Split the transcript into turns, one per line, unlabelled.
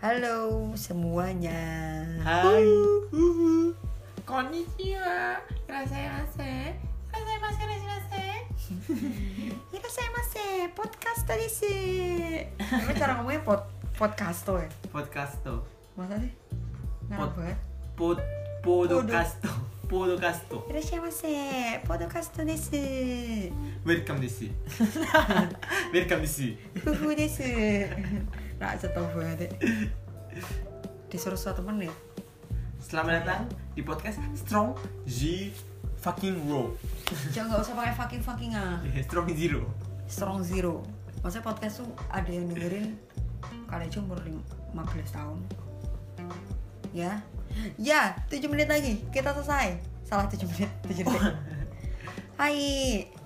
Halo semuanya.
Hai.
Uhuhu.
Konnichiwa. Irasaimase. Irasaimase, irasaimase.
Ya Irasaimase, kan podcast tadi sih. Emang cara ngomongnya pod podcasto ya?
Podcasto.
Masa sih? ya? Ngarang
Pod-
banget.
Pod podocasto. Podocasto.
Irasaimase, podcasto desu.
Welcome desu. Welcome desu.
Uhu desu. Nah, setau banget. ya. Disuruh satu menit.
Selamat datang di podcast Strong G fucking Raw.
Jangan nggak usah pakai fucking fucking ah.
Eh, Strong Zero.
Strong Zero. Maksudnya podcast tuh ada yang dengerin kali aja umur lim- 15 tahun. Ya. Ya, 7 menit lagi. Kita selesai. Salah 7 menit, 7 detik. Hai.